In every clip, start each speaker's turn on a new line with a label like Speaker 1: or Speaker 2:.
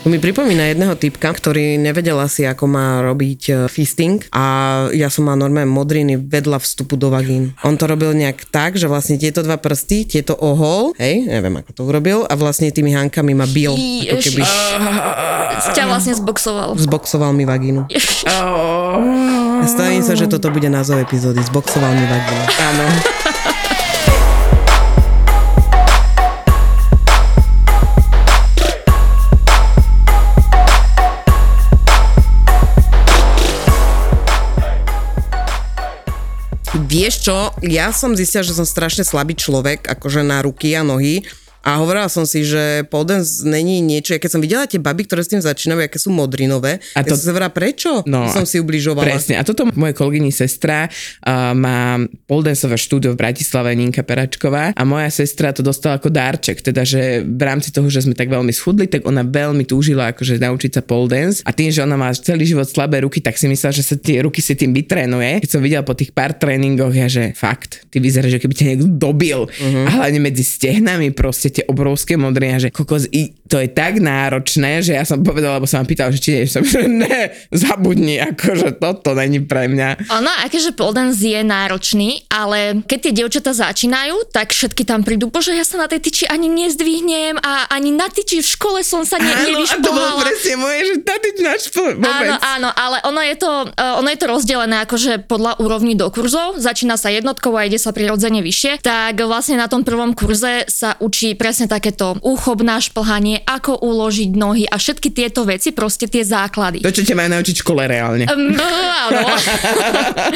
Speaker 1: To mi pripomína jedného typka, ktorý nevedel asi, ako má robiť e, fisting a ja som mal normálne modriny vedľa vstupu do vagín. On to robil nejak tak, že vlastne tieto dva prsty, tieto ohol, hej, neviem ako to urobil a vlastne tými hankami ma bil, ako keby
Speaker 2: Ťa vlastne zboxoval.
Speaker 1: zboxoval mi vagínu. A stavím sa, že toto bude názov epizódy, zboxoval mi vagínu. Áno. Vieš čo, ja som zistila, že som strašne slabý človek, akože na ruky a nohy. A hovorila som si, že podens není niečo. Ja keď som videla tie baby, ktoré s tým začínajú, aké sú modrinové, a
Speaker 3: A
Speaker 1: to... ja
Speaker 3: to-
Speaker 1: som sa hovorila, prečo
Speaker 3: No,
Speaker 1: som si ubližovala?
Speaker 3: Presne. A toto moje kolegyni sestra uh, má poldensové štúdio v Bratislave, Ninka Peračková a moja sestra to dostala ako dárček, teda že v rámci toho, že sme tak veľmi schudli, tak ona veľmi túžila akože naučiť sa pole dance a tým, že ona má celý život slabé ruky, tak si myslela, že sa tie ruky si tým vytrénuje. Keď som videla po tých pár tréningoch, ja že fakt, ty vyzeráš, že keby ťa niekto dobil. Uh-huh. A hlavne medzi stehnami proste tie obrovské modriny a že kokos, i, to je tak náročné, že ja som povedala, lebo sa ma pýtala, že či nie, som, že ne, zabudni, akože toto není pre mňa.
Speaker 2: Ono, akéže pole dance je náročný, ale keď tie dievčatá začínajú, tak všetky tam prídu, bože, ja sa na tej tyči ani nezdvihnem a ani na tyči v škole som sa ne,
Speaker 3: a to bolo
Speaker 2: nevyšpovala.
Speaker 3: presne moje, že tady náš vôbec.
Speaker 2: Áno, áno, ale ono je, to, eh, ono je to rozdelené akože podľa úrovni do kurzov. Začína sa jednotkou a ide sa prirodzene vyššie. Tak vlastne na tom prvom kurze sa učí presne takéto úchobná šplhanie, ako uložiť nohy a všetky tieto veci, proste tie základy.
Speaker 3: To, čo ťa má naučiť v škole reálne.
Speaker 2: Mm, áno.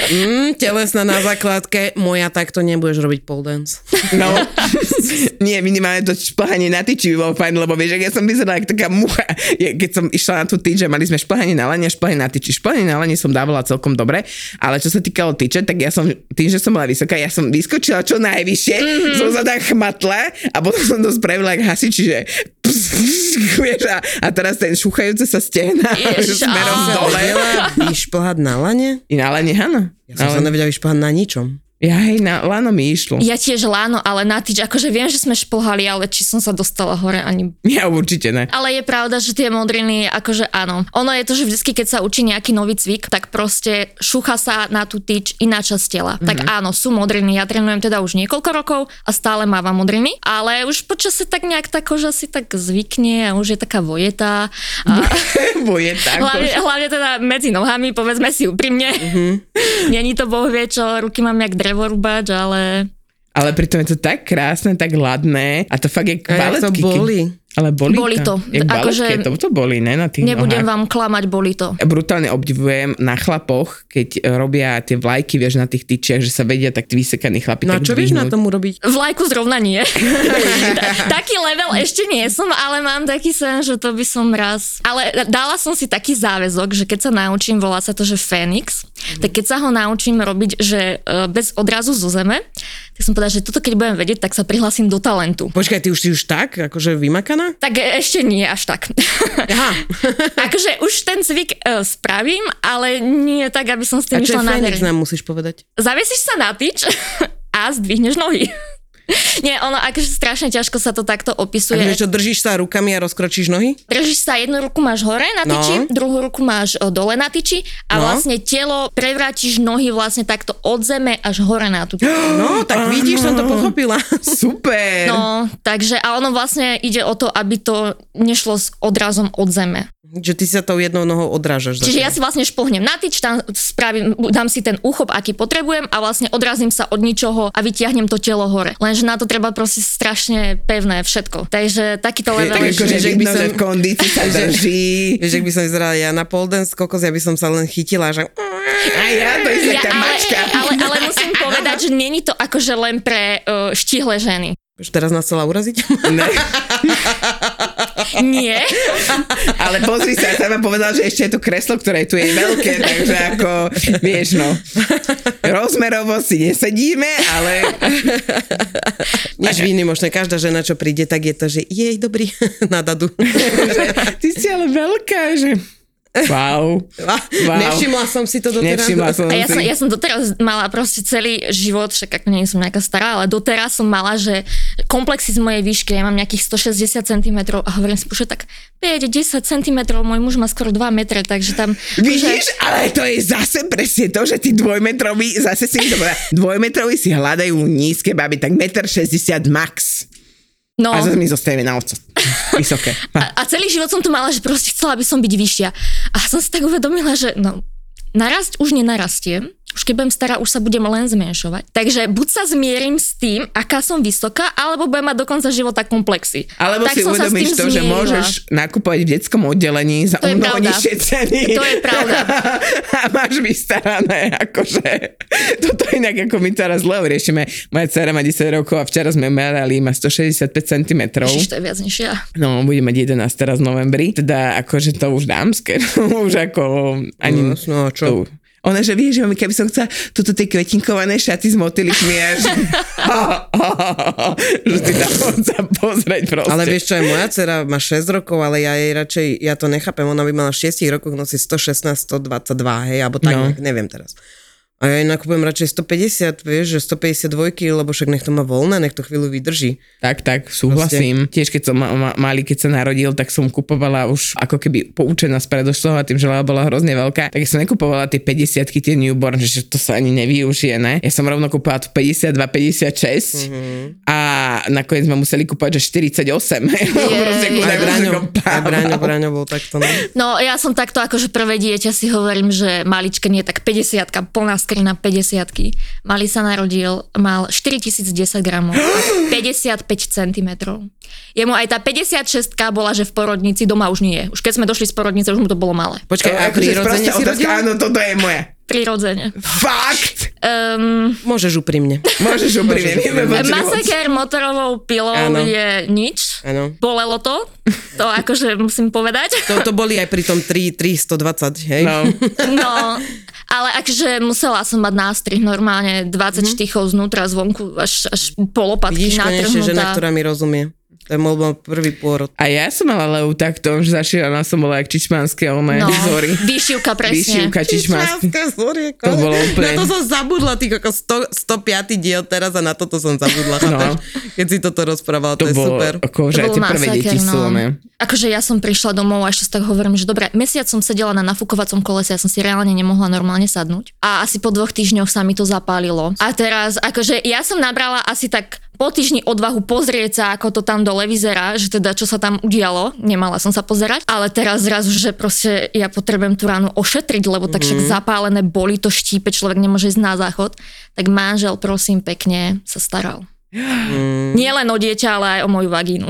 Speaker 1: Mm, telesná na základke, moja takto nebudeš robiť pole dance.
Speaker 3: No. Nie, minimálne to šplhanie na tyči by bolo fajn, lebo vieš, ak ja som vyzerala ako taká mucha, je, keď som išla na tú tyč, že mali sme šplhanie na lane a šplhanie na tyči. Šplhanie na lane som dávala celkom dobre, ale čo sa týkalo tyče, tak ja som, tým, že som bola vysoká, ja som vyskočila čo najvyššie,
Speaker 2: Mhm.
Speaker 3: mm-hmm. som sa tak chmatla a potom som to spravila jak hasiči, že pss, pss, vieš, a, a teraz ten šúchajúce sa stehná
Speaker 2: Ježiš,
Speaker 3: smerom
Speaker 2: áno.
Speaker 3: dole.
Speaker 1: Vedela vyšplhať na lane?
Speaker 3: I na lane, áno.
Speaker 1: Ja som sa nevedela vyšplhať na ničom.
Speaker 3: Ja hej, na lano mi išlo.
Speaker 2: Ja tiež láno, ale na tyč, akože viem, že sme šplhali, ale či som sa dostala hore, ani
Speaker 3: Ja určite ne.
Speaker 2: Ale je pravda, že tie modriny, akože áno. Ono je to, že vždycky, keď sa učí nejaký nový cvik, tak proste šucha sa na tú tyč iná časť tela. Mm-hmm. Tak áno, sú modriny. Ja trénujem teda už niekoľko rokov a stále mávam modriny, ale už počasie tak nejak tá koža si tak zvykne a už je taká vojetá. A
Speaker 3: Bo je tak.
Speaker 2: hlavne, hlavne teda medzi nohami, povedzme si úprimne. Mm-hmm. Není to boh vie čo, ruky mám jak drevorúbač, ale...
Speaker 3: Ale pritom je to tak krásne, tak ladné a to fakt je
Speaker 1: A jak to
Speaker 3: baletky.
Speaker 1: boli.
Speaker 3: Ale boli,
Speaker 2: Boli to.
Speaker 3: Jak
Speaker 2: Akože-
Speaker 3: baletky, to, to boli, ne, na tých
Speaker 2: Nebudem
Speaker 3: nohách.
Speaker 2: vám klamať, boli to.
Speaker 3: Brutálne obdivujem na chlapoch, keď e, robia tie vlajky, vieš, na tých tyčiach, že sa vedia tak tí vysekaní chlapi
Speaker 1: No a
Speaker 3: tak
Speaker 1: čo vieš na
Speaker 3: dvihnúť.
Speaker 1: tom urobiť?
Speaker 2: Vlajku zrovna nie. Ta- taký level ešte nie som, ale mám taký sen, že to by som raz... Ale dala som si taký záväzok, že keď sa naučím, volá sa to, že Fénix,
Speaker 1: Mhm.
Speaker 2: tak keď sa ho naučím robiť, že e, bez odrazu zo zeme, tak som povedala, že toto keď budem vedieť, tak sa prihlasím do talentu.
Speaker 1: Počkaj, ty už si už tak, akože vymakaná?
Speaker 2: Tak e, ešte nie až tak.
Speaker 1: Aha.
Speaker 2: akože už ten cvik e, spravím, ale nie tak, aby som s
Speaker 1: A
Speaker 2: tým
Speaker 1: čo je
Speaker 2: išla na
Speaker 1: Fénix
Speaker 2: verejne.
Speaker 1: nám musíš povedať?
Speaker 2: Zavesíš sa na tyč a zdvihneš nohy. Nie, ono akože strašne ťažko sa to takto
Speaker 1: A
Speaker 2: opisuje.
Speaker 1: vieš čo, držíš sa rukami a rozkročíš nohy?
Speaker 2: Držíš sa, jednu ruku máš hore na
Speaker 1: No.
Speaker 2: tyči, druhú ruku máš o, dole na tyči a
Speaker 1: No.
Speaker 2: vlastne telo prevrátiš nohy vlastne takto od zeme až hore na tú tyči.
Speaker 1: No, tak vidíš, som to pochopila.
Speaker 3: Super!
Speaker 2: No, takže a ono vlastne ide o to, aby to nešlo s odrazom od zeme.
Speaker 1: Že ty sa tou jednou nohou odrážaš.
Speaker 2: Čiže ja si vlastne šplhnem na tyč, tam spravím, dám si ten úchop, aký potrebujem a vlastne odrazím sa od ničoho a vytiahnem to telo hore. Lenže na to treba proste strašne pevné všetko. Takže takýto level.
Speaker 3: Tak
Speaker 1: ale
Speaker 3: akože
Speaker 1: že- že
Speaker 3: vidno,
Speaker 1: by som-
Speaker 3: že v kondícii sa drží.
Speaker 1: Vieš, ak by som vyzerala ja na pole dance kokos, ja by som sa len chytila, že...
Speaker 3: A ja, to je
Speaker 2: Ja,
Speaker 3: ja, tá
Speaker 2: ale,
Speaker 3: mačka.
Speaker 2: ale, ale musím povedať, že není to akože len pre uh, štihle ženy.
Speaker 1: Už teraz nás chcela uraziť?
Speaker 3: Ne,
Speaker 2: Nie.
Speaker 3: ale pozri sa, ja vám povedal, že ešte je to kreslo, ktoré tu je veľké, takže ako, vieš no, rozmerovo si nesedíme, ale
Speaker 1: Nič výnimočné. Každá žena, čo príde, tak je to, že jej dobrý na dadu.
Speaker 3: že ty si ale veľká, že Wow. Wow.
Speaker 1: Nevšimla som si to doteraz.
Speaker 3: Nevšimla som
Speaker 2: A ja som,
Speaker 3: si.
Speaker 2: ja som doteraz mala proste celý život, však ako nie som nejaká stará, ale doteraz som mala, že komplexy z mojej výšky, ja mám nejakých 160 cm a hovorím si, že tak 5-10 cm, môj muž má skoro 2 metre, takže tam...
Speaker 3: Vidíš, ale to je zase presne to, že tí dvojmetroví, zase si to povedala, dvojmetroví si hľadajú nízke baby, tak 1,60 m max.
Speaker 2: No,
Speaker 3: A zase mi zostajeme na oco. Vysoké. Ha.
Speaker 2: a, a celý život som to mala, že proste chcela by som byť vyššia. A som si tak uvedomila, že no, narast už nenarastiem, už keď budem stará, už sa budem len zmenšovať. Takže buď sa zmierim s tým, aká som vysoká, alebo budem mať do konca života komplexy.
Speaker 3: Alebo
Speaker 2: tak
Speaker 3: si
Speaker 2: som sa s tým
Speaker 3: uvedomíš to, že
Speaker 2: zmierila.
Speaker 3: môžeš nakupovať v detskom oddelení za
Speaker 2: To je
Speaker 3: o mnoho
Speaker 2: pravda.
Speaker 3: nižšie ceny.
Speaker 2: To je pravda.
Speaker 3: A máš vystarané, akože. Toto inak, ako my teraz zle riešime. Moja dcera má 10 rokov a včera sme merali, má 165 cm.
Speaker 1: No.
Speaker 2: Ježiš, to je viac než ja.
Speaker 3: No, bude mať 11 teraz v novembri. Teda akože to už dámske. už ako ani...
Speaker 1: No, no a čo?
Speaker 3: To, ona, že vie, že mami, keby som chcela tuto tie kvetinkované šaty s motylikmi a že... že ty tam chod sa pozrieť proste.
Speaker 1: Ale vieš čo, aj moja dcera má 6 rokov, ale ja jej radšej, ja to nechápem, ona by mala v 6 rokoch nosiť 116, 122, hej, alebo tak, no.
Speaker 3: No.
Speaker 1: neviem teraz. A ja jej nakupujem radšej 150, vieš, že 152, lebo však nech to má voľné, nech to chvíľu vydrží.
Speaker 3: Tak, tak, súhlasím. Tiež keď som ma, ma, malý, keď sa narodil, tak som kupovala už ako keby poučená z predošlého a tým, že láva bola hrozne veľká, tak som nekupovala tie 50 tie newborn, že to sa ani nevyužije, ne? Ja som rovno kupovala tu 52, 56
Speaker 1: Mhm.
Speaker 3: mm-hmm. a nakoniec ma museli kúpať, že 48.
Speaker 2: Jej.
Speaker 3: Proste,
Speaker 1: Aj
Speaker 3: ako neviem,
Speaker 1: Braňo,
Speaker 3: ako
Speaker 1: aj
Speaker 3: pával.
Speaker 1: Braňo, Braňo bol takto. No.
Speaker 2: No, ja som takto akože prvé dieťa si hovorím, že maličké nie, tak 50 plná skrina 50 Mali sa narodil, mal 4010 gramov, a 55 cm. Jemu aj tá 56 bola, že v porodnici doma už nie je. Už keď sme došli z porodnice, už mu to bolo malé.
Speaker 1: Počkaj,
Speaker 3: To je
Speaker 1: a
Speaker 3: akože
Speaker 1: prirodzene
Speaker 3: sprostá
Speaker 1: si
Speaker 3: otázka,
Speaker 1: rodila?
Speaker 3: Áno, toto je moje.
Speaker 2: Prirodzene.
Speaker 3: Fakt!
Speaker 2: Um,
Speaker 1: Môžeš úprimne.
Speaker 3: Môžeš úprimne.
Speaker 1: Môžeš
Speaker 3: vieme
Speaker 1: úprimne.
Speaker 3: počuť moc.
Speaker 2: masaker motorovou pilou
Speaker 1: Áno.
Speaker 2: je nič.
Speaker 1: Áno.
Speaker 2: Bolelo to, to akože musím povedať.
Speaker 1: To, to boli aj pri tom 3, 320, hej?
Speaker 3: No,
Speaker 2: No, ale akže musela som mať nástrih normálne 20 mm-hmm. štychov znútra, zvonku, až, až polopatky
Speaker 1: Mhm. Vidíš, konečne žena,
Speaker 2: natrhnutá.
Speaker 1: ktorá mi rozumie. To je môj môj prvý pôrod.
Speaker 3: a ja som mala leu takto, že zašíraná som bola jak čičmanské, ona je
Speaker 2: No,
Speaker 3: vzory.
Speaker 2: výšivka presne.
Speaker 3: Výšivka čičmanské.
Speaker 1: Čičmánska, sorry,
Speaker 3: To
Speaker 1: kole.
Speaker 3: bolo úplne-
Speaker 1: Na to som zabudla, ty ako 100, 105. diel teraz a na toto som zabudla. No. Keď si toto rozprávala, to, no.
Speaker 3: To
Speaker 1: je
Speaker 3: bolo,
Speaker 1: super.
Speaker 3: akože aj tie prvé deti sú, ne?
Speaker 2: Akože ja som prišla domov a ešte si tak hovorím, že dobre, mesiac som sedela na nafúkovacom kolese, ja som si reálne nemohla normálne sadnúť. A asi po dvoch týždňoch sa mi to zapálilo. A teraz, akože ja som nabrala asi tak po týždni odvahu pozrieť sa, ako to tam dole vyzerá, že teda čo sa tam udialo, nemala som sa pozerať, ale teraz zrazu, že proste ja potrebujem tú ránu ošetriť, lebo tak
Speaker 3: Mhm.
Speaker 2: však zapálené boli, to štípe, človek nemôže ísť na záchod, tak manžel prosím pekne sa staral.
Speaker 3: Mm.
Speaker 2: Nie len o dieťa, ale aj o moju vagínu.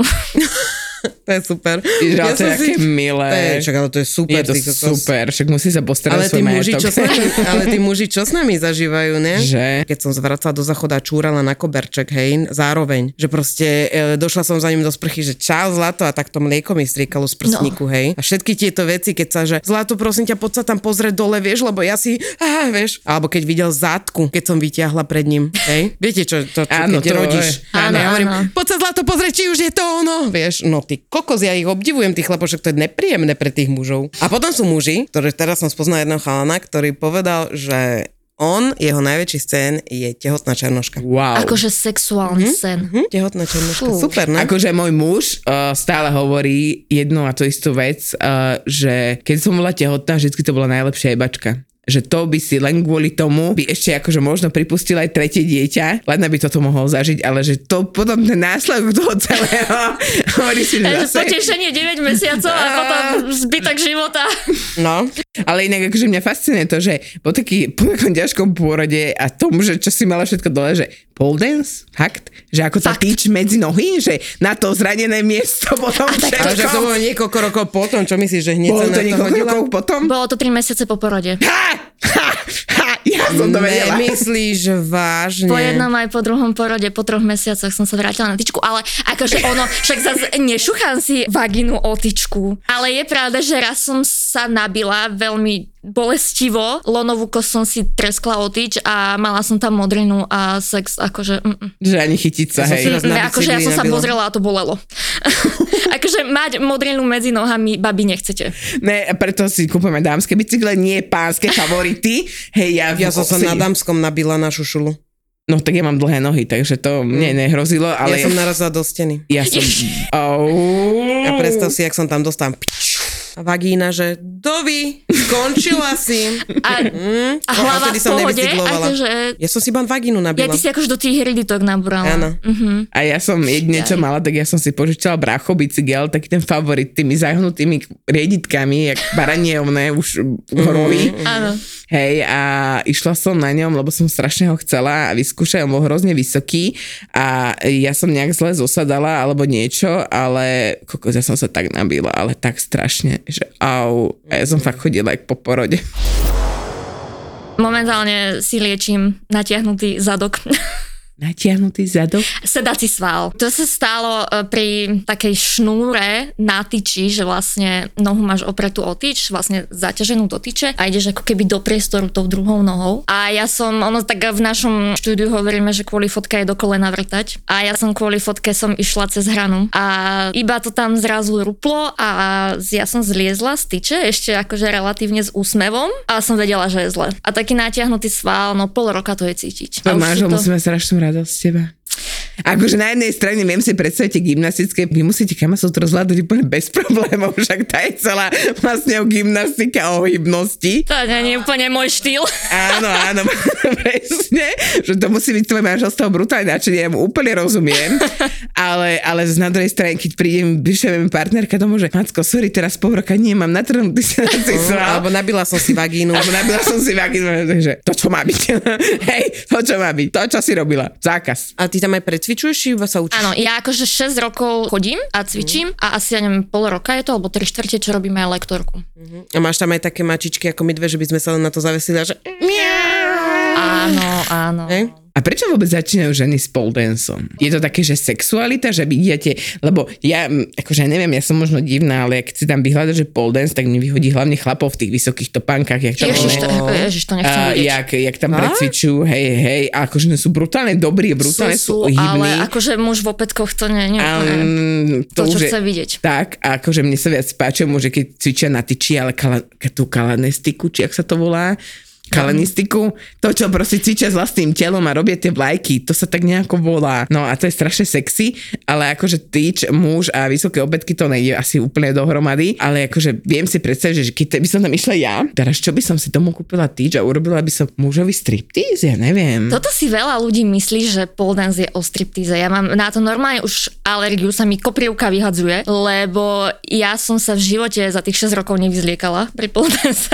Speaker 1: To je super.
Speaker 3: Ježiš, ale to je
Speaker 1: som
Speaker 3: aké milé.
Speaker 1: To je, čak, ale to je super.
Speaker 3: Je to
Speaker 1: ty kokos.
Speaker 3: super, však musí sa postarať
Speaker 1: Ale
Speaker 3: o
Speaker 1: tí,
Speaker 3: svoj
Speaker 1: muži,
Speaker 3: majetok.
Speaker 1: čo s nami, ale tí muži, čo s nami zažívajú, ne?
Speaker 3: Že?
Speaker 1: Keď som zvracala do zachoda, čúrala na koberček, hej, zároveň. Že proste e, došla som za ním do sprchy, že čau, zlato, a takto mlieko mi striekalo
Speaker 3: No.
Speaker 1: z prsníku, hej. A všetky tieto veci, keď sa, že zlato, prosím ťa, poď sa tam pozrieť dole, vieš, lebo ja si, aha, vieš. Alebo keď videl zátku, keď som vyťahla pred ním, hej. Viete, čo, to, čo
Speaker 3: Áno,
Speaker 1: keď
Speaker 3: to
Speaker 1: rodíš.
Speaker 3: je.
Speaker 2: Áno,
Speaker 1: ja hovorím,
Speaker 2: áno.
Speaker 1: poď sa zlato pozrieť, či už je to ono. Vieš, no ty kokos, ja ich obdivujem, tých chlapošek, to je nepríjemné pre tých mužov. A potom sú muži, ktoré teraz som spoznal jedného chalana, ktorý povedal, že on, jeho najväčší scén je tehotná černoška.
Speaker 3: Wow.
Speaker 2: Akože sexuálny sen.
Speaker 3: Mhm.
Speaker 1: Hm? Tehotná černoška,
Speaker 2: Fú.
Speaker 1: super, ne?
Speaker 3: Akože môj muž uh, stále hovorí jednu a tú istú vec, uh, že keď som bola tehotná, vždy to bola najlepšia jebačka. Že to by si len kvôli tomu by ešte akože možno pripustila aj tretie dieťa, len aby toto mohol zažiť, ale že to potom ten následok toho celého hovorí si, že
Speaker 2: Takže
Speaker 3: zase...
Speaker 2: potešenie 9 mesiacov a potom zbytok života.
Speaker 1: No,
Speaker 3: Ale inak akože mňa fascinuje to, že po, taký, po takom ťažkom pôrode a tom, že čo si mala všetko dole, že pole dance, fakt, že ako sa tyč medzi nohy, že na to zranené miesto potom
Speaker 1: ale že to
Speaker 3: všetko.
Speaker 1: bolo niekoľko rokov potom, čo myslíš, že hneď sa
Speaker 3: Bolo
Speaker 1: na
Speaker 3: to
Speaker 1: to
Speaker 3: niekoľko
Speaker 1: hodila?
Speaker 3: rokov potom?
Speaker 2: Bolo to 3 mesiace po porode.
Speaker 3: Ha! Ha! Ha! Ja som to vedela.
Speaker 1: Nemyslíš vážne.
Speaker 2: Po jednom aj po druhom porode, po troch mesiacoch som sa vrátila na tyčku, ale akože ono, však zase nešuchám si vaginu o tyčku. Ale je pravda, že raz som sa nabila veľmi bolestivo, lonovú kost som si treskla o tyč a mala som tam modrinu a sex akože... Mm, mm.
Speaker 3: Že ani chytiť sa,
Speaker 1: Ja som si
Speaker 3: hej.
Speaker 1: raz- Na
Speaker 2: Ne, akože ja
Speaker 1: bicykli
Speaker 2: som sa
Speaker 1: nabila.
Speaker 2: pozrela a to bolelo. akože mať modrinu medzi nohami babi nechcete.
Speaker 3: Ne, preto si kúpime dámske bicykle, nie pánske favority. Hej, ja,
Speaker 1: Ja som sa
Speaker 3: si-
Speaker 1: na Damskom nabila na šušulu.
Speaker 3: No tak ja mám dlhé nohy, takže to mne nehrozilo, ale
Speaker 1: Ale Mm. ja som narazila do steny.
Speaker 3: Ja som... Au.
Speaker 1: A
Speaker 2: Mm.
Speaker 1: predstav si, jak som tam dostal. A vagína, že dovi, skončila si.
Speaker 2: A,
Speaker 1: Mm.
Speaker 2: a hlava v
Speaker 1: vtedy som
Speaker 2: pohode,
Speaker 1: nevybicyklovala.
Speaker 2: akože...
Speaker 1: Ja som si iba vagínu
Speaker 2: Ja,
Speaker 1: nabila.
Speaker 2: ty si akože do tých hriditok nabrala.
Speaker 1: Áno. Mm.
Speaker 2: Mhm.
Speaker 3: A ja som jedine, čo mala, tak ja som si požičala bracho bicykel, taký ten favorit, tými zahnutými rieditkami, jak baranievné už horoly.
Speaker 2: Áno.
Speaker 3: Hej, a išla som na ňom, lebo som strašne ho chcela a vyskúšaj, on bol hrozne vysoký a ja som nejak zle zosadala alebo niečo, ale kokos, ja som sa tak nabila, ale tak strašne, že au. A ja som fakt chodila jak po porode.
Speaker 2: Momentálne si liečím natiahnutý zadok.
Speaker 3: Natiahnutý zadok.
Speaker 2: Sedací sval. To sa stalo e, pri takej šnúre na tyči, že vlastne nohu máš opretú o tyč, vlastne zaťaženú do tyče a ideš ako keby do priestoru tou druhou nohou. A ja som, ono tak v našom štúdiu hovoríme, že kvôli fotke je do kolena vrtať. A ja som kvôli fotke som išla cez hranu. A iba to tam zrazu ruplo a z- ja som zliezla z tyče, ešte akože relatívne s úsmevom, ale som vedela, že je zle. A taký natiahnutý sval, no pol roka to je cítiť. A už
Speaker 3: Tomáš,
Speaker 2: si to-
Speaker 3: musíme strašnú radosť z teba. Akože na jednej strane viem si predstaviť tie gymnastické, vy musíte kamasot rozhľadať úplne bez problémov, však tá je celá vlastne o gymnastike a o hybnosti.
Speaker 2: To nie je úplne môj štýl.
Speaker 3: Áno, áno, presne, že to musí byť tvoje manželstvo brutálne nadšenie, ja mu úplne rozumiem, ale, ale z na druhej strane, keď príde mi- prišla mi partnerka domov, že Macko, sorry, teraz pol roka nemám natrhnutý sedací
Speaker 1: Mm,
Speaker 3: sval,
Speaker 1: Alebo nabila som si vagínu.
Speaker 3: Alebo nabila som si vaky, že to, čo má byť. Hej, to, čo má byť. To, čo si robila. Zákaz.
Speaker 1: A ty tam aj precvičuješ, iba sa učíš?
Speaker 2: Áno, ja akože 6 rokov chodím a cvičím a asi, ja neviem, pol roka je to, alebo 3 štvrte, čo robíme aj lektorku.
Speaker 1: A máš tam aj také mačičky ako my dve, že by sme sa len na to zavesili a že...
Speaker 2: Áno, áno.
Speaker 1: Hej?
Speaker 3: A prečo vôbec začínajú ženy s pole danceom? Je to také, že sexualita, že vy idete, lebo ja, mm, akože ja neviem, ja som možno divná, ale keď si tam vyhľadaš, že pole dance, tak mi vyhodí hlavne chlapov v tých vysokých topánkach, jak tam
Speaker 2: Ježiš, to,
Speaker 3: one-
Speaker 2: ježiš, to nechcem
Speaker 3: a,
Speaker 2: vidieť.
Speaker 3: jak, jak tam precvičujú, hej, hej, a akože sú brutálne dobrí, brutálne sú, sú hybní.
Speaker 2: ale akože muž v opetkoch to nie, nie úplne.
Speaker 3: Um,
Speaker 2: To, čo
Speaker 3: už je-
Speaker 2: chce vidieť.
Speaker 3: Tak, a akože mne sa viac páčia muži, keď cvičia na tyči, ale kala, ke- tú kalanistiku, či ak sa to volá, kalanistiku, to, čo proste cvičia s vlastným telom a robia tie vlajky, to sa tak nejako volá. No a to je strašne sexy, ale akože tyč, muž a vysoké obetky to nejde asi úplne dohromady, ale akože viem si predstaviť, že keď by som tam išla ja, teraz čo by som si domov kúpila tyč a urobila by som mužovi striptease, ja neviem.
Speaker 2: Toto si veľa ľudí myslí, že pole dance je o striptíze. Ja mám na to normálne už alergiu, sa mi koprievka vyhadzuje, lebo ja som sa v živote za tých 6 rokov nevyzliekala pri pole dance.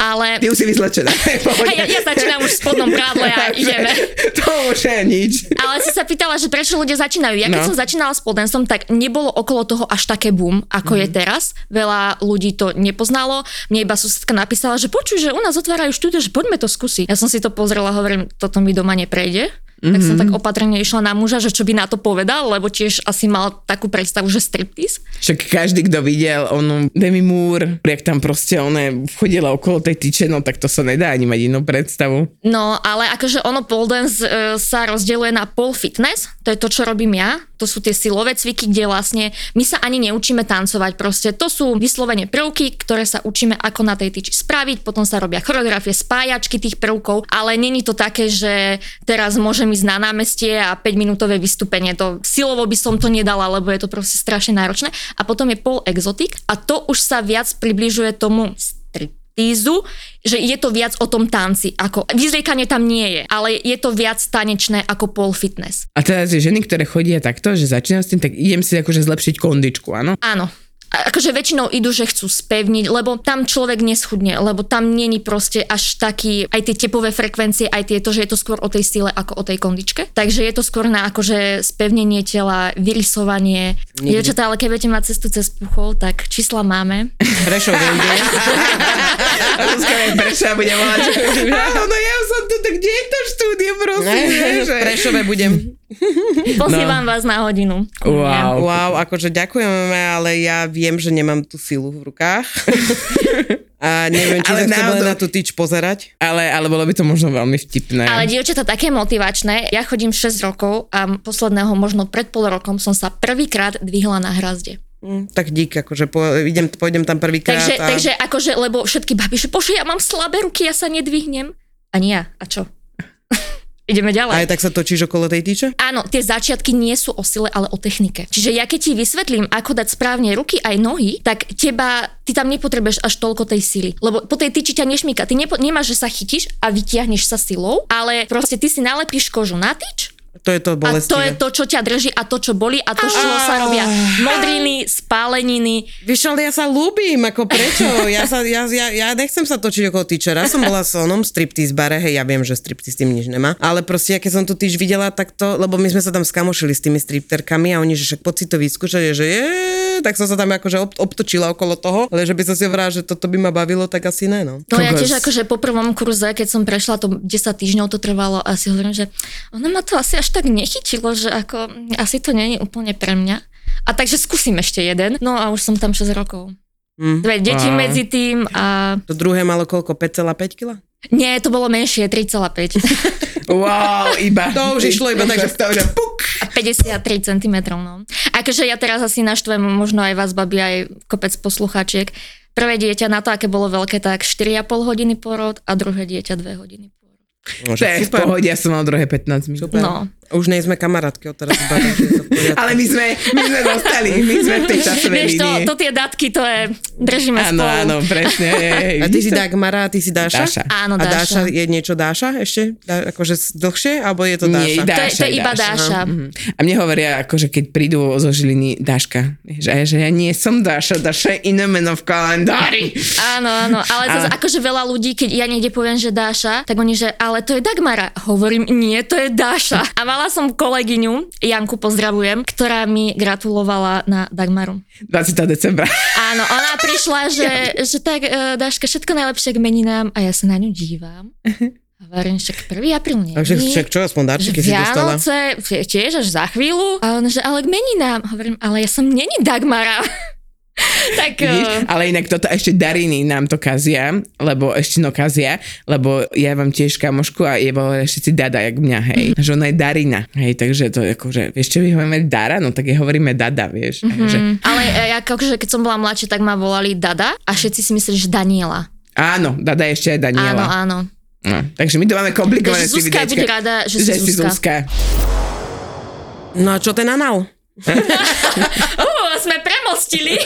Speaker 2: Ale
Speaker 3: Ty už si vyzlečená.
Speaker 2: Hej, ja, ja začínam už v spodnom prádle a ideme.
Speaker 3: to už je nič.
Speaker 2: Ale si sa pýtala, že prečo ľudia začínajú. Ja keď
Speaker 3: No.
Speaker 2: som začínala s poldenstvom, tak nebolo okolo toho až také boom, ako je teraz. Veľa ľudí to nepoznalo. Mne iba susedka napísala, že počuj, že u nás otvárajú štúdio, že poďme to skúsiť. Ja som si to pozrela, hovorím, toto mi doma neprejde. Mm-hmm. Tak som tak opatrne išla na muža, že čo by na to povedal, lebo tiež asi mal takú predstavu, že striptease.
Speaker 3: Však každý, kto videl onu Demi Moore, jak tam proste ona chodila okolo tej tyče, no tak to sa nedá ani mať inú predstavu.
Speaker 2: No, ale akože ono pole dance e, sa rozdeľuje na pole fitness, to je to, čo robím ja, to sú tie silové cviky, kde vlastne my sa ani neučíme tancovať, proste to sú vyslovene prvky, ktoré sa učíme ako na tej tyči spraviť, potom sa robia choreografie, spájačky tých prvkov, ale není to také, že teraz môžem ísť na námestie a 5-minútové vystúpenie, to silovo by som to nedala, lebo je to proste strašne náročné. A potom je pole exotic a to už sa viac približuje tomu strip striptízu, že je to viac o tom tanci. Ako, vyzliekanie tam nie je, ale je to viac tanečné ako pole fitness.
Speaker 3: A teraz je ženy, ktoré chodia takto, že začínam s tým, tak idem si akože zlepšiť kondičku, áno?
Speaker 2: Áno. A- Akože väčšinou idú, že chcú spevniť, lebo tam človek neschudne, lebo tam není proste až taký, aj tie tepové frekvencie, aj tieto, že je to skôr o tej sile ako o tej kondičke. Takže je to skôr na akože spevnenie tela, vyrysovanie. Dievčatá, ale keď budete mať cestu cez puchol, tak čísla máme.
Speaker 1: Prešov inde.
Speaker 3: A Zuzka mi prešla a bude volať, že áno, no ja som tu, tak kde je to štúdio,
Speaker 1: prosím, ne, že... V Prešove budem.
Speaker 2: Pozývam vás na hodinu.
Speaker 3: Wow.
Speaker 1: Wow, akože ďakujeme, ale ja viem, že nemám tú silu v rukách. A neviem, či sa
Speaker 3: Ale
Speaker 1: chcem len
Speaker 3: náhodou-
Speaker 1: na tú tyč pozerať.
Speaker 3: Ale, ale bolo by to možno veľmi vtipné.
Speaker 2: Ale dievčatá také motivačné. Ja chodím 6 rokov a posledného možno pred pol rokom som sa prvýkrát dvihla na hrazde.
Speaker 1: Hm, Tak dík, akože po, idem, pôjdem tam prvýkrát.
Speaker 2: Mm. Takže,
Speaker 1: a...
Speaker 2: takže akože, lebo všetky babi, že bože, ja mám slabé ruky, ja sa nedvihnem. A nie ja. A čo? Ideme ďalej.
Speaker 1: Aj tak sa točíš okolo tej tyče?
Speaker 2: Áno, tie začiatky nie sú o sile, ale o technike. Čiže ja keď ti vysvetlím, ako dať správne ruky aj nohy, tak teba, ty tam nepotrebuješ až toľko tej sily. Lebo po tej tyči ťa nešmíka. Ty nepo, nemáš, že sa chytíš a vytiahneš sa silou, ale proste ty si nalepíš kožu na tyč
Speaker 1: To je to
Speaker 2: a to je
Speaker 1: bolestivé.
Speaker 2: to, čo ťa drží a to, čo boli a to, z čoho sa robia modriny, spáleniny.
Speaker 1: Vieš, ale ja sa ľúbim, ako prečo? Ja, sa, ja, ja, ja nechcem sa točiť okolo tyče. Raz som bola s onom v striptease bare, hej, ja viem, že striptease s tým nič nemá, ale proste, ja keď som tu tyč videla, tak to, lebo my sme sa tam skamošili s tými stripterkami a oni, že však poď si to vyskúšať, že je, tak som sa tam akože ob, obtočila okolo toho, ale že by som si vrala, že toto by ma bavilo, tak asi ne, no.
Speaker 2: No ja
Speaker 3: Kokos.
Speaker 2: tiež akože po prvom kurze, keď som prešla to 10 týždňov, to trvalo a si hovorím, že ona ma to asi až tak nechytilo, že ako mm, asi to není úplne pre mňa. A takže skúsim ešte jeden. No a už som tam 6 rokov.
Speaker 1: Hm.
Speaker 2: Dve deti
Speaker 3: Wow.
Speaker 2: medzi tým a...
Speaker 1: To druhé malo koľko? 5,5 kg?
Speaker 2: Nie, to bolo menšie, 3,5
Speaker 3: Wow, iba.
Speaker 1: To už išlo iba tak, že
Speaker 3: to, že puk.
Speaker 2: a 53 cm. No. Akože ja teraz asi naštvem možno aj vás, babi, aj kopec posluchačiek. Prvé dieťa na to, aké bolo veľké, tak 4,5 hodiny porod a druhé dieťa 2 hodiny porod.
Speaker 1: No,
Speaker 3: To je v pohode, ja som mal druhé 15 minút.
Speaker 1: Super.
Speaker 2: No.
Speaker 1: Už nie sme kamarátky od teraz. iba tak, je to v poriadku.
Speaker 3: Ale my sme, my sme dostali, my sme v tej časovej
Speaker 2: Vieš, to,
Speaker 3: línii.
Speaker 2: to tie datky, to je, držíme
Speaker 3: Áno,
Speaker 2: spolu.
Speaker 3: áno, presne. Je, je, je.
Speaker 1: A ty si Dagmara a ty si Dáša?
Speaker 3: Dáša.
Speaker 2: Áno,
Speaker 1: A Dáša
Speaker 2: Dáša.
Speaker 1: je niečo Dáša ešte? Dá, akože s- dlhšie? Alebo je to Dáša?
Speaker 3: Nie,
Speaker 2: To je, to je iba Dáša.
Speaker 3: Mhm. A mne hovoria, akože keď prídu zo Žiliny, Dáška. Že, a ja, že ja nie som Dáša, Dáša je iné meno v kalendári.
Speaker 2: Áno, áno, ale zase akože veľa ľudí, keď ja niekde poviem, že Dáša, tak oni, že ale to je Dagmara. Hovorím, nie, to je Dáša. A mala som kolegyňu, Janku pozdravujem, ktorá mi gratulovala na Dagmaru.
Speaker 3: 20. decembra.
Speaker 2: Áno, ona prišla, že, že tak e, Dáška, všetko najlepšie k meninám a ja sa na ňu dívam. Hovorím, však 1. apríl nie.
Speaker 1: Takže však čo, aspoň darčeky si dostala.
Speaker 2: Vianoce, vie- tiež až za chvíľu. A on, že ale k meninám. Hovorím, ale ja som není Dagmara. tak... e,
Speaker 3: Vidíš? Ale inak toto ešte dariny nám to kazia, lebo ešte no kazia, lebo ja mám tiež kamošku a je bolo všetci dada, jak mňa, hej.
Speaker 2: Mhm.
Speaker 3: Že ona je darina, hej, takže to je ako, že vieš čo, my hovoríme dara, no tak jej hovoríme dada, vieš. Mm-hmm. Že,
Speaker 2: Ale e, ja, akože, keď som bola mladšia, tak ma volali Dada a všetci si mysleli, že Daniela.
Speaker 3: áno, dada je ešte aj
Speaker 2: Áno,
Speaker 3: Daniela.
Speaker 2: áno.
Speaker 3: No, takže my to máme komplikované
Speaker 2: Takže
Speaker 3: s tými
Speaker 2: Zuzka bude
Speaker 3: dečkami.
Speaker 2: rada, že,
Speaker 3: Že si
Speaker 2: Zuzka.
Speaker 3: Zuzka.
Speaker 1: No a čo ten anal?
Speaker 2: Uh, sme premostili.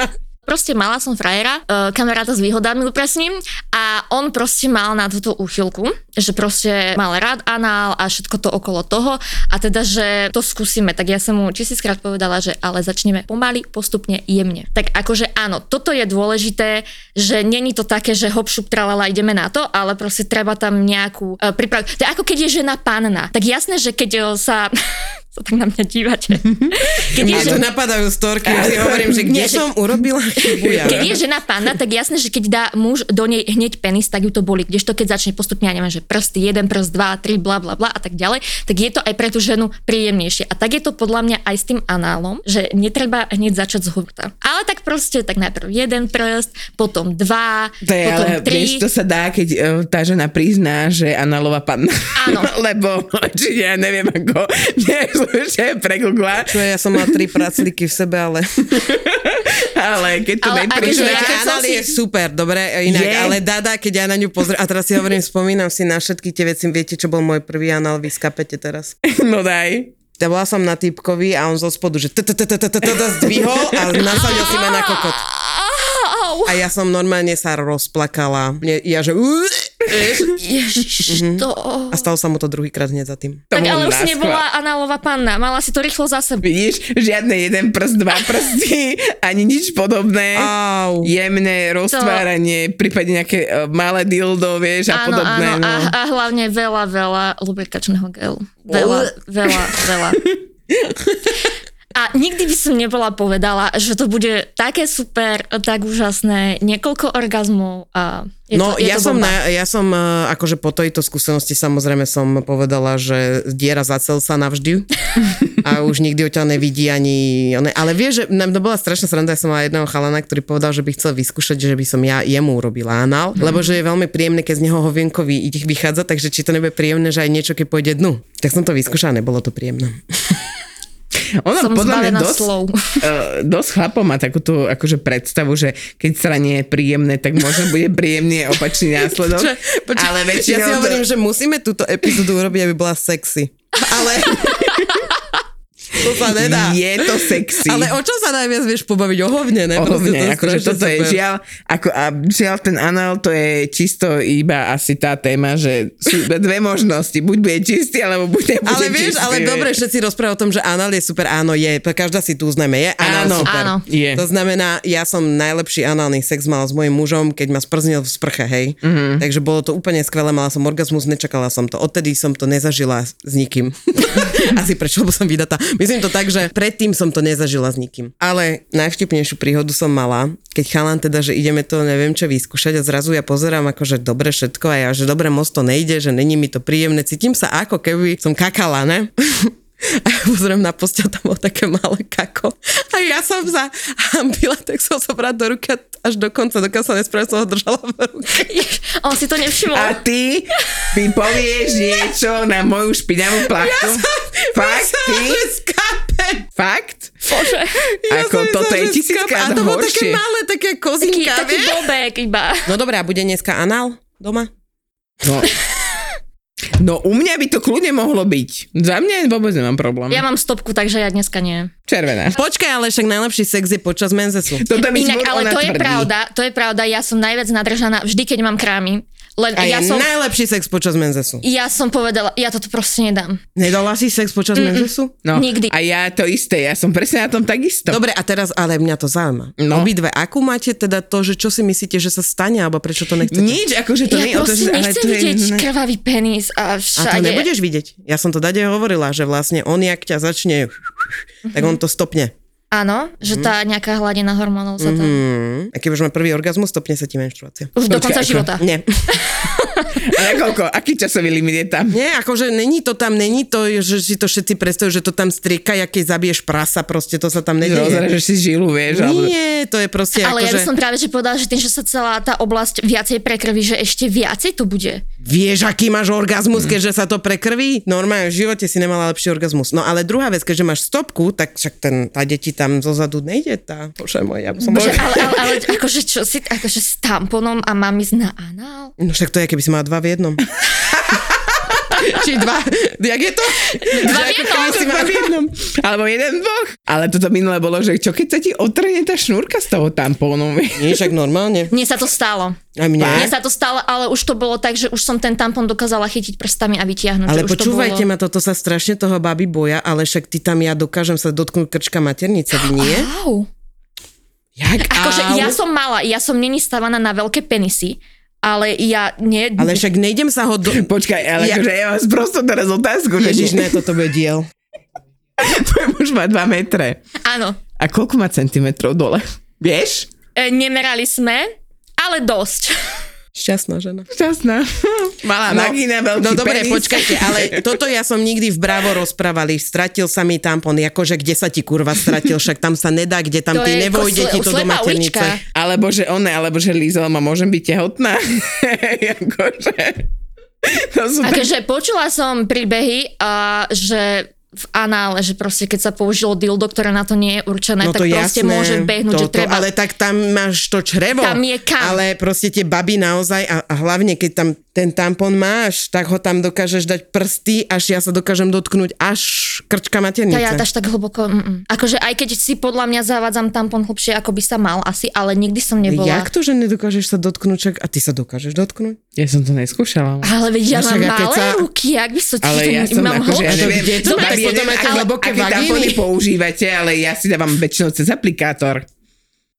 Speaker 2: proste mala som frajera, e, kamaráta s výhodami upresním a on proste mal na túto úchylku, že proste mal rád anál a všetko to okolo toho a teda, že to skúsime. Tak ja som mu tisíckrát povedala, že ale začneme pomaly, postupne, jemne. Tak akože áno, toto je dôležité, že není to také, že hop, šup, tralala, ideme na to, ale proste treba tam nejakú e, prípravu. To je ako keď je žena panna. Tak jasné, že keď e, sa... sa tak na mňa dívate. Keď
Speaker 1: Mne tu napadajú storky, ja si hovorím, že kde
Speaker 2: Nie, že-
Speaker 1: som urobila chybu ja.
Speaker 2: keď je žena panna, tak jasné, že keď dá muž do nej hneď penis, tak ju to boli. Kdežto keď začne postupne, ja neviem, že prst, jeden prst, dva, tri, bla, bla, bla a tak ďalej, tak je to aj pre tú ženu príjemnejšie. A tak je to podľa mňa aj s tým análom, že netreba hneď začať z hurta. Ale tak proste, tak najprv jeden prst, potom dva,
Speaker 3: To je,
Speaker 2: potom
Speaker 3: ale
Speaker 2: tri.
Speaker 3: vieš, to sa dá, keď e, tá žena prizná, že je analová panna.
Speaker 2: Áno.
Speaker 3: Lebo, či ja neviem ako, neviem, že je pregooglá,
Speaker 1: Čo, ja som mala tri pracliky v sebe, ale...
Speaker 3: ale keď to
Speaker 2: Ale
Speaker 3: nepríde,
Speaker 2: akože
Speaker 1: Že
Speaker 2: ja keď som
Speaker 1: anal
Speaker 2: si-
Speaker 1: je super, dobre, inak,
Speaker 3: Je.
Speaker 1: ale dada, keď ja na ňu pozriem, a teraz si hovorím, spomínam si na všetky tie veci, viete, čo bol môj prvý anal, vy skapete teraz.
Speaker 3: no daj.
Speaker 1: Ja bola som na typkovi a on zo spodu, že zdvihol a nasadil si ma na kokot.
Speaker 2: Au,
Speaker 1: A ja som normálne sa rozplakala. Mne- Ja že...
Speaker 2: Ježiš,
Speaker 3: Mhm.
Speaker 2: to...
Speaker 1: A stalo sa mu to druhýkrát hneď za tým.
Speaker 3: To
Speaker 2: Tak
Speaker 3: bolo
Speaker 2: ale už
Speaker 3: na
Speaker 2: si nebola análová panna, mala si to rýchlo za sebou.
Speaker 3: schvál. Vidíš, žiadne jeden prst, dva prsty, ani nič podobné.
Speaker 1: Au.
Speaker 3: Jemné roztváranie, prípadne nejaké e, malé dildo, vieš, a
Speaker 2: Áno,
Speaker 3: podobné.
Speaker 2: áno,
Speaker 3: no.
Speaker 2: a, a hlavne veľa, veľa lubrikačného gelu. Veľa, veľa, veľa. A nikdy by som nebola povedala, že to bude také super, tak úžasné, niekoľko orgazmov a je
Speaker 1: no,
Speaker 2: to, je
Speaker 1: ja,
Speaker 2: to
Speaker 1: som
Speaker 2: bomba.
Speaker 1: na, ja som eh, akože po tejto skúsenosti samozrejme som povedala, že diera zacel sa navždy a už nikdy o ťa nevidí ani... one- Ale vieš, že nám to bola strašná sranda, ja som mala jedného chalana, ktorý povedal, že by chcel vyskúšať, že by som ja jemu urobila
Speaker 2: Mhm.
Speaker 1: anal, lebo že je veľmi príjemné, keď z neho hovienkovi ich vychádza, takže či to nebude príjemné, že aj niečo, keď pôjde dnu. Tak som to vyskúšala, nebolo to príjemné.
Speaker 3: Ono
Speaker 2: Som
Speaker 3: podľa mňa
Speaker 2: zbavená
Speaker 3: dosť,
Speaker 2: slov.
Speaker 3: eh, dosť chlapov má takúto akože predstavu, že keď stranie je príjemné, tak možno bude príjemný opačný následok. No. ale väčšinou...
Speaker 1: ja si
Speaker 3: to-
Speaker 1: hovorím, že musíme túto epizódu urobiť, aby bola sexy. Ale... to sa nedá.
Speaker 3: Je to sexy.
Speaker 1: Ale o čom sa najviac vieš pobaviť? O hovne, ne? Proste
Speaker 3: Ohovne,
Speaker 1: je
Speaker 3: akože
Speaker 1: strašne
Speaker 3: toto je
Speaker 1: super.
Speaker 3: žiaľ, ako, a žiaľ ten anal to je čisto iba asi tá téma, že sú dve možnosti, buď bude čistý, alebo bude, bude
Speaker 1: Ale vieš,
Speaker 3: čistý.
Speaker 1: ale dobre, všetci rozprávajú o tom, že anal je super, áno je, pre každá si tu zneme, je anal
Speaker 3: Áno,
Speaker 1: super.
Speaker 2: Áno.
Speaker 3: je.
Speaker 1: To znamená, ja som najlepší análny sex mal s mojim mužom, keď ma sprznil v sprche, hej. Mm-hmm. Takže bolo to úplne skvelé, mala som orgazmus, nečakala som to. Odtedy som to nezažila s s nikým. Asi prečo, lebo som vydatá. Myslím to tak, že predtým som to nezažila s nikým. Ale najvtipnejšiu príhodu som mala, keď chalan teda, že ideme to neviem čo vyskúšať a zrazu ja pozerám akože dobre všetko a ja, že dobre moc to nejde, že není mi to príjemné. Cítim sa ako keby som kakala, ne? A ja pozriem na postel, tam bolo také malé kako. A ja som sa hambila, tak som sa brať do ruky a t- až do konca, dokiaľ sa nespravila, som ho držala v ruke.
Speaker 2: On si to nevšimol.
Speaker 3: A ty mi povieš niečo na moju špinavú plachtu? Fakt? Ty?
Speaker 1: Myslela, že skape.
Speaker 3: Fakt?
Speaker 2: Bože.
Speaker 3: Ako
Speaker 1: som
Speaker 3: toto
Speaker 1: myslela,
Speaker 3: je
Speaker 1: že skape.
Speaker 3: tisíckrát
Speaker 1: A to bolo také
Speaker 3: horšie.
Speaker 1: malé, také
Speaker 2: Taký,
Speaker 1: kozinka,
Speaker 2: taký
Speaker 1: vieš?
Speaker 2: bobek iba.
Speaker 1: No dobré, a bude dneska anal doma?
Speaker 3: No. no u mňa by to kľudne mohlo byť. Za mňa vôbec nemám problém.
Speaker 2: Ja mám stopku, takže ja dneska nie.
Speaker 3: Červená.
Speaker 1: Počkaj, ale však najlepší sex je počas menzesu.
Speaker 3: Toto mi
Speaker 2: Inak,
Speaker 3: zbor,
Speaker 2: ale
Speaker 3: ona
Speaker 2: to je
Speaker 3: tvrdí.
Speaker 2: pravda, to je pravda, ja som najviac nadržaná vždy, keď mám krámy. Len
Speaker 1: A
Speaker 2: ja
Speaker 1: je
Speaker 2: som,
Speaker 1: najlepší sex počas menzesu.
Speaker 2: ja som povedala, ja toto proste nedám.
Speaker 1: Nedala si sex počas menzesu?
Speaker 3: No,
Speaker 2: Nikdy.
Speaker 3: A ja to isté, ja som presne na tom takisto.
Speaker 1: Dobre, a teraz, ale mňa to zaujíma.
Speaker 3: No.
Speaker 1: No. Obidve, akú máte teda to, že čo si myslíte, že sa stane, alebo prečo to nechcete?
Speaker 3: Nič, akože to
Speaker 2: ja
Speaker 3: nie je o to,
Speaker 2: proste
Speaker 3: že... ale
Speaker 2: nechcem
Speaker 3: to je-
Speaker 2: vidieť
Speaker 3: ne-
Speaker 2: krvavý penis a
Speaker 1: A
Speaker 2: všade.
Speaker 1: to nebudeš vidieť. Ja som to dade hovorila, že vlastne on, jak ťa začne, tak on to stopne.
Speaker 2: Áno, že tá nejaká hladina hormónov sa tam...
Speaker 1: Mm. A keď už má prvý orgazmus, stopne sa ti menštruácia.
Speaker 2: Už do
Speaker 3: Počkaj,
Speaker 2: konca
Speaker 3: ako?
Speaker 2: života.
Speaker 1: Nie.
Speaker 3: Ale koľko, aký časový limit je tam?
Speaker 1: Nie, akože není to tam, není to, že si to všetci predstavujú, že to tam strieka, aké zabiješ prasa, proste to sa tam nedieje.
Speaker 3: Rozrežeš si žilu, vieš, alebo...
Speaker 1: Nie, to je proste
Speaker 2: Ale ja
Speaker 1: akože,
Speaker 2: by som práve že povedala, že tým, že sa celá tá oblasť viacej prekrví, že ešte viacej to bude.
Speaker 1: vieš, aký máš orgazmus, keďže sa to prekrví? Normálne, v živote si nemala lepší orgazmus. No ale druhá vec, keďže máš stopku, tak však ten, tá deti tam zozadu nejde, tá, bože môj, ja by som...
Speaker 2: Bože, ale, ale, ale akože čo si, akože s tamponom a mám ísť na anál?
Speaker 1: No však to je, keby si mala dva v jednom. Či dva, jak je to?
Speaker 2: Dva
Speaker 1: Že ako
Speaker 2: v jednom.
Speaker 1: keby si
Speaker 3: Iba
Speaker 1: mala-
Speaker 3: v jednom. Alebo jeden, dvoch. Ale toto minulé bolo, že čo keď sa ti otrhne tá šnúrka z toho tampónu? vieš?
Speaker 1: Nie, však normálne.
Speaker 2: Mne sa to stalo.
Speaker 1: A mne.
Speaker 2: Mne sa to stalo, ale už to bolo tak, že už som ten tampon dokázala chytiť prstami a vytiahnuť.
Speaker 1: Ale
Speaker 2: že už
Speaker 1: počúvajte
Speaker 2: to bolo...
Speaker 1: ma, toto sa strašne toho baby boja, ale však ty tam ja dokážem sa dotknúť krčka maternice, vy nie?
Speaker 2: Au.
Speaker 1: Jak?
Speaker 2: Akože
Speaker 1: Au.
Speaker 2: ja som mala, ja som není stavaná na veľké penisy, ale ja nie...
Speaker 1: Ale však nejdem sa ho do...
Speaker 3: Počkaj, ale
Speaker 1: Ja-
Speaker 3: akože ja mám prosto teraz otázku, že
Speaker 1: Ježiš, ne, toto bude diel.
Speaker 3: tvoj muž má 2 metre.
Speaker 2: Áno,
Speaker 3: A koľko má centimetrov dole? Vieš?
Speaker 2: e, nemerali sme, ale dosť.
Speaker 1: Šťastná žena.
Speaker 3: Šťastná. Malá no, vagina, veľký
Speaker 1: no dobre,
Speaker 3: penis.
Speaker 1: počkajte, ale toto ja som nikdy v Bravo rozprávali. Stratil sa mi tampon, akože kde sa ti kurva stratil, však tam sa nedá, kde tam
Speaker 2: To
Speaker 1: ty
Speaker 2: je
Speaker 1: nevojde
Speaker 2: ako
Speaker 1: ti
Speaker 2: sle-
Speaker 1: to do
Speaker 2: slepá
Speaker 1: maternice.
Speaker 2: ulička.
Speaker 3: Alebo že ona, alebo že Lizel ma môžem byť tehotná. akože... To sú také
Speaker 2: Takže Akože počula som príbehy, a, že v anále, že proste keď sa použilo dildo, ktoré na to nie je určené,
Speaker 1: No
Speaker 2: No tak proste môže behnúť, že treba...
Speaker 1: Ale tak tam máš to črevo.
Speaker 2: Tam je kam.
Speaker 1: Ale proste tie baby naozaj, a, a hlavne keď tam ten tampon máš, tak ho tam dokážeš dať prsty, až ja sa dokážem dotknúť až krčka maternice.
Speaker 2: Tá ja až tak hlboko... Mm-mm. Akože aj keď si podľa mňa zavádzam tampon hlbšie, ako by sa mal asi, ale nikdy som nebola.
Speaker 1: Jak to, že nedokážeš sa dotknúť? Čak, a ty sa dokážeš dotknúť?
Speaker 3: Ja som to neskúšala.
Speaker 2: Ale veď ja
Speaker 1: No však,
Speaker 2: mám
Speaker 1: a keď
Speaker 2: malé
Speaker 1: sa-
Speaker 2: ruky, jak by som...
Speaker 3: Ale
Speaker 2: to-
Speaker 3: ja som
Speaker 2: mám
Speaker 3: akože, ja
Speaker 2: hlbšie.
Speaker 3: neviem,
Speaker 1: kde to
Speaker 3: dobre,
Speaker 1: máš,
Speaker 3: ja
Speaker 1: potom
Speaker 3: neviem,
Speaker 1: máte
Speaker 3: ale
Speaker 1: hlboké
Speaker 3: akože, aké
Speaker 1: vagíny.
Speaker 3: tampóny používate, ale ja si dávam väčšinou cez aplikátor.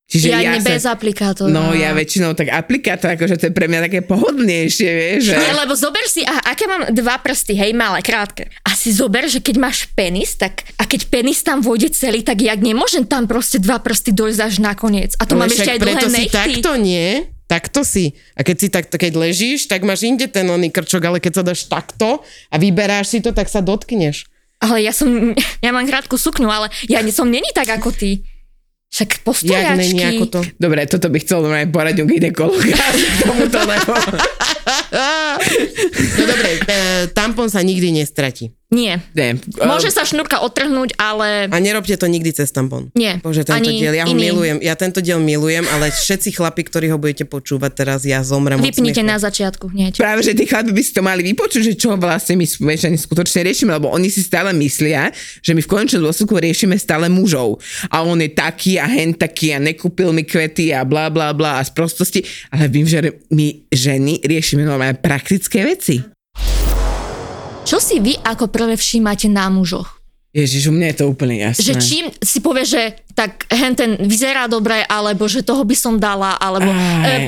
Speaker 3: Čiže
Speaker 2: ja,
Speaker 3: ja,
Speaker 2: ja bez
Speaker 3: sa,
Speaker 2: aplikátora.
Speaker 3: No ja väčšinou tak aplikátor, akože to je pre mňa také pohodlnejšie, vieš. že-
Speaker 2: Nie, lebo zober si, a, aké mám dva prsty, hej, malé, krátke. A si zober, že keď máš penis, tak a keď penis tam vôjde celý, tak ja nemôžem tam proste dva prsty dojsť až na koniec. A to mám
Speaker 1: Ale No však
Speaker 2: ešte aj dlhé
Speaker 1: preto si
Speaker 2: nechty.
Speaker 1: takto nie, takto si. A keď si takto, keď ležíš, tak máš inde ten oný krčok, ale keď sa dáš takto a vyberáš si to, tak sa dotkneš.
Speaker 2: Ale ja som, ja mám krátku sukňu, ale ja nie- som není tak ako ty. Však
Speaker 1: Jak
Speaker 2: postojačky.
Speaker 1: není ako to.
Speaker 3: Dobre, toto by chcel normálne poradňu gynekologa k tomuto, lebo...
Speaker 1: No dobre, e, tampon sa nikdy nestratí.
Speaker 2: Nie.
Speaker 1: Ehm.
Speaker 3: Nie,
Speaker 2: Môže sa šnúrka otrhnúť, ale
Speaker 1: A nerobte to nikdy cez tampon.
Speaker 2: nie.
Speaker 1: Bože, tento
Speaker 2: Ani
Speaker 1: diel, ja ho
Speaker 2: iný.
Speaker 1: milujem, ja tento diel milujem, ale všetci chlapi, ktorí ho budete počúvať teraz, ja zomrem
Speaker 2: Vypnite
Speaker 1: od smiechu.
Speaker 2: na začiatku hneď.
Speaker 3: Práve, že tí chlapi by si to mali vypočuť, že čo vlastne my smešanie skutočne riešime, lebo oni si stále myslia, že my v končnom dôsledku riešime stále mužov. A on je taký a hen taký a nekúpil mi kvety a bla bla bla a z prostosti. Ale vím, že my ženy riešime normálne praktické veci.
Speaker 2: Čo si vy ako prvé všímate na mužoch?
Speaker 3: Ježiš, u mňa je to úplne
Speaker 2: Že
Speaker 3: jasné.
Speaker 2: čím si povie, že tak hen ten vyzerá dobre, alebo že toho by som dala, alebo
Speaker 3: Aj.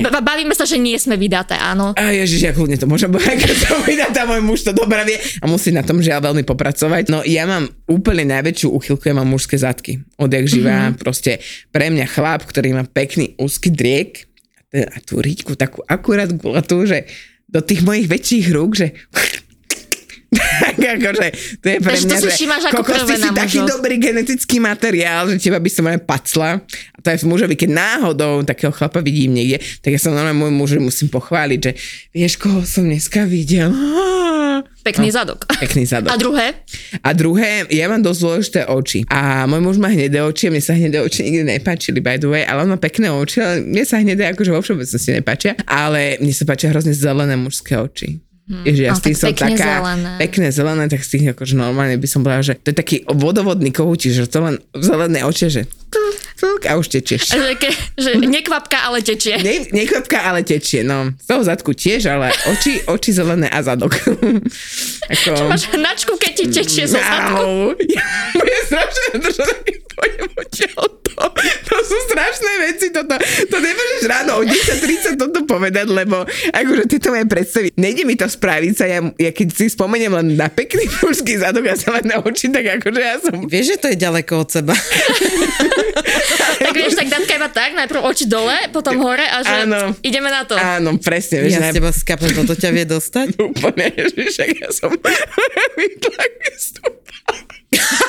Speaker 2: e, ba- bavíme sa, že nie sme vydaté, áno.
Speaker 3: A ježiš, ja kľudne to môžem povedať, keď to vydá, tá môj muž to dobre vie a musí na tom žiaľ veľmi popracovať. No ja mám úplne najväčšiu uchylku, ja mám mužské zadky. Odjak živá, mm-hmm. proste pre mňa chlap, ktorý má pekný úzky driek a t- a tú riťku takú akurát gulatú, že do tých mojich väčších rúk, že tak akože, to je pre
Speaker 2: Takže to
Speaker 3: mňa,
Speaker 2: si
Speaker 3: že
Speaker 2: všímaš ako
Speaker 3: kokos,
Speaker 2: prvé
Speaker 3: ty si
Speaker 2: na
Speaker 3: taký
Speaker 2: mužoch.
Speaker 3: dobrý genetický materiál, že teba by som aj pacla. A to aj v mužovi, keď náhodou takého chlapa vidím niekde, tak ja sa normálne môjmu mužovi musím pochváliť, že vieš, koho som dneska videl. Á,
Speaker 2: Pekný zadok.
Speaker 3: No. Pekný
Speaker 2: A
Speaker 3: zadok.
Speaker 2: druhé,
Speaker 3: A druhé, ja mám dosť dôležité oči. A môj muž má hnedé oči, a mne sa hnedé oči nikdy nepáčili, by the way, ale on má pekné oči, ale mne sa hnedé akože vo všeobecnosti nepáčia, ale mne sa páčia hrozne zelené mužské oči. Ježi,
Speaker 2: no,
Speaker 3: ja s tým
Speaker 2: tak
Speaker 3: som
Speaker 2: pekne
Speaker 3: taká,
Speaker 2: zelené.
Speaker 3: pekné zelené, tak z tých akože normálne by som bola, že to je taký vodovodný kohúti, že to len zelené oči, že tlk, tlk, a už tečieš.
Speaker 2: že, ke, že nekvapka, ale tečie.
Speaker 3: Ne, nekvapka, ale tečie, no. Z toho zadku tiež, ale oči, oči zelené a zadok.
Speaker 2: Čo
Speaker 3: Ako...
Speaker 2: máš hnačku, keď ti tečie zo zadku?
Speaker 3: No. Au. Ja, je strašné držať to. To sú strašné veci, toto. To nemôžeš ráno o 10.30 toto povedať, lebo akože ty to moje predstavy. Nejde mi to spraviť sa, ja, ja keď si spomeniem len na pekný mužský zadok a sa len na oči, tak akože ja som...
Speaker 1: Vieš, že to je ďaleko od seba.
Speaker 2: Tak vieš, tak Danka iba tak, najprv oči dole, potom hore a že
Speaker 3: Áno.
Speaker 2: ideme na to.
Speaker 3: Áno, presne, vieš,
Speaker 1: Ja
Speaker 3: na-
Speaker 1: z teba skapnem, toto ťa vie dostať?
Speaker 3: úplne, že však ja som vytlak vystúpala.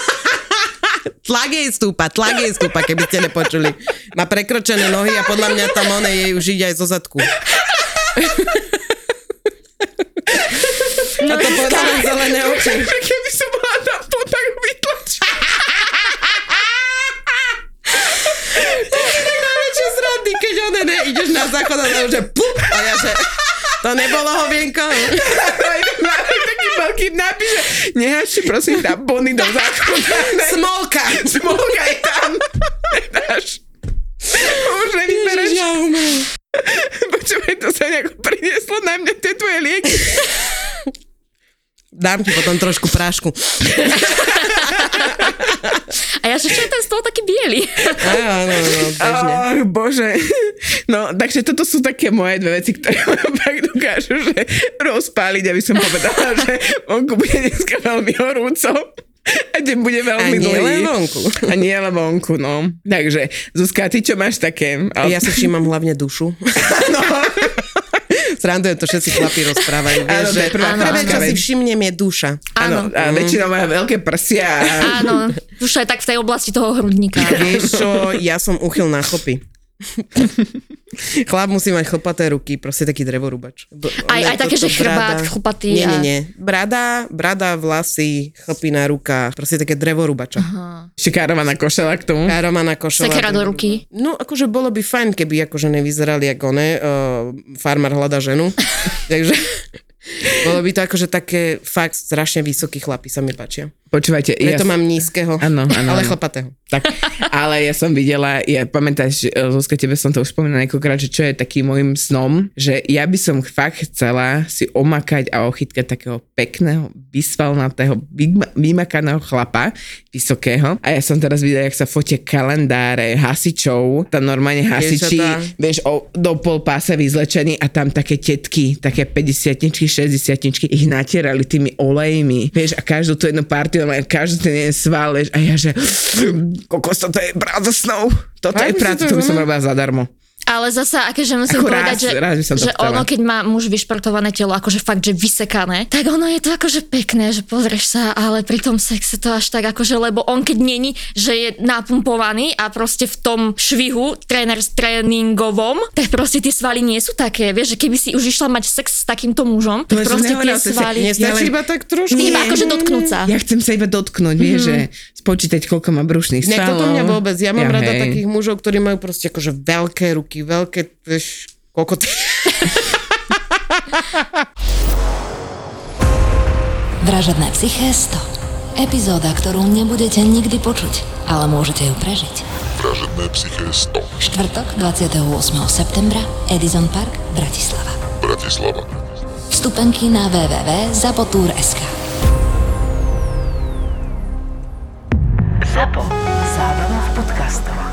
Speaker 1: Tlak jej stúpa, tlak jej stúpa, keby ste nepočuli. Má prekročené nohy a podľa mňa tam one jej už ide aj zo zadku. No, a to podľa mňa zelené oči.
Speaker 3: Že Keby som bola tam po tak vytlačená.
Speaker 1: Čo srandy, keď one ne, ideš na záchod a ona že pup, a ja že to nebolo hovienko.
Speaker 3: Máme taký veľký nápis, že nehačte prosím tam bony do zákona.
Speaker 1: Smolka.
Speaker 3: Smolka je tam. Nedáš. Už nevybereš.
Speaker 1: Ježiš, ja umrem.
Speaker 3: Počúvaj, to sa nejako prinieslo na mňa tie tvoje lieky.
Speaker 1: Dám ti potom trošku prášku.
Speaker 2: A ja že čo je ten stôl taký biely?
Speaker 1: Áno, áno, áno, bežne.
Speaker 3: Ach, bože. No, takže toto sú také moje dve veci, ktoré ma fakt dokážu že rozpáliť, aby som povedala, že vonku bude dneska veľmi horúco. A deň bude
Speaker 1: A
Speaker 3: veľmi
Speaker 1: nie
Speaker 3: dlhý.
Speaker 1: len vonku.
Speaker 3: A nie len vonku, no. Takže, Zuzka, ty čo máš také?
Speaker 1: Ja si všímam hlavne dušu.
Speaker 3: no.
Speaker 1: Srandujem to, všetci chlapí rozprávajú. Vieš,
Speaker 3: Áno, to
Speaker 1: že
Speaker 3: je prvá
Speaker 2: Áno,
Speaker 1: prvé, čo
Speaker 3: áno.
Speaker 1: si všimnem, je duša.
Speaker 2: Áno.
Speaker 3: Áno.
Speaker 1: Mm.
Speaker 3: A väčšinou má veľké prsia. a-
Speaker 2: Áno, duša je tak v tej oblasti toho hrudníka.
Speaker 1: Vieš čo, ja som uchyl na chlopy. Chlap musí mať chlpaté ruky, proste taký drevorúbač. B-
Speaker 2: Aj- aj
Speaker 1: ona
Speaker 2: také,
Speaker 1: toto
Speaker 2: že chrbát
Speaker 1: brada-
Speaker 2: chlpatý
Speaker 1: Nie, nie,
Speaker 2: a-
Speaker 1: nie. Brada, brada, vlasy, chlpina, ruka, proste také drevorúbača.
Speaker 3: Ešte károvaná košela k tomu.
Speaker 1: Káromana košela.
Speaker 2: Sekera do ruky.
Speaker 1: No, akože bolo by fajn, keby akože nevyzerali ako ne, uh, farmár hľada ženu. Takže bolo by to akože také fakt strašne vysokí chlapi sa mi páčia.
Speaker 3: Počúvajte,
Speaker 1: Preto
Speaker 3: ja...
Speaker 1: mám nízkeho,
Speaker 3: Áno, áno.
Speaker 1: ale
Speaker 3: áno.
Speaker 1: chlapatého.
Speaker 3: Tak, ale ja som videla, ja, pamätáš, e, Zuzka, tebe som to už spomínala niekoľkokrát, že čo je takým môjim snom, že ja by som fakt chcela si omakať a ochytkať takého pekného, vysvalnatého, vym- vymakaného chlapa, vysokého. A ja som teraz videla, jak sa fotia kalendáre hasičov, tam normálne hasiči,
Speaker 1: Dievčatá.
Speaker 3: vieš, o, do pol pása vyzlečení a tam také tetky, také 50-tničky, 60-tničky, ich natierali tými olejmi, vieš, a každú tú jednu partiu, ale každú ten jeden sval, vieš, a ja že, kokos, toto je práca snov, toto
Speaker 1: Aj by
Speaker 3: je
Speaker 1: si
Speaker 3: práca,
Speaker 1: to
Speaker 3: to by som
Speaker 1: robila?
Speaker 3: robila zadarmo.
Speaker 2: Ale zasa, akože musím
Speaker 3: Ako raz-
Speaker 2: povedať, že,
Speaker 3: raz by som to
Speaker 2: že
Speaker 3: chcela.
Speaker 2: ono, keď má muž vyšportované telo, akože fakt, že vysekané, tak ono je to akože pekné, že pozrieš sa, ale pri tom sexe to až tak akože, lebo on keď není, že je napumpovaný a proste v tom švihu, tréner s tréningovom, tak proste tie svaly nie sú také, vieš, že keby si už išla mať sex s takýmto mužom, tak proste tie svaly...
Speaker 1: Nestačí iba tak trošku.
Speaker 2: Iba akože dotknúť sa. Mhm.
Speaker 3: Ja chcem sa iba dotknúť, vieš, že spočítať, koľko má brušných
Speaker 1: Nie,
Speaker 3: svalov.
Speaker 1: toto mňa vôbec. Ja mám
Speaker 3: Ja,
Speaker 1: rada
Speaker 3: hej.
Speaker 1: takých mužov, ktorí majú proste akože veľké ruky, veľké, vieš, koľko
Speaker 4: Vražedné psyché 100. Epizóda, ktorú nebudete nikdy počuť, ale môžete ju prežiť.
Speaker 5: Vražedné psyché 100.
Speaker 4: Štvrtok 28. septembra, Edison Park, Bratislava.
Speaker 5: Bratislava.
Speaker 4: Vstupenky na www.zapotur.sk
Speaker 6: Zapo. Zábrná v podcastovách.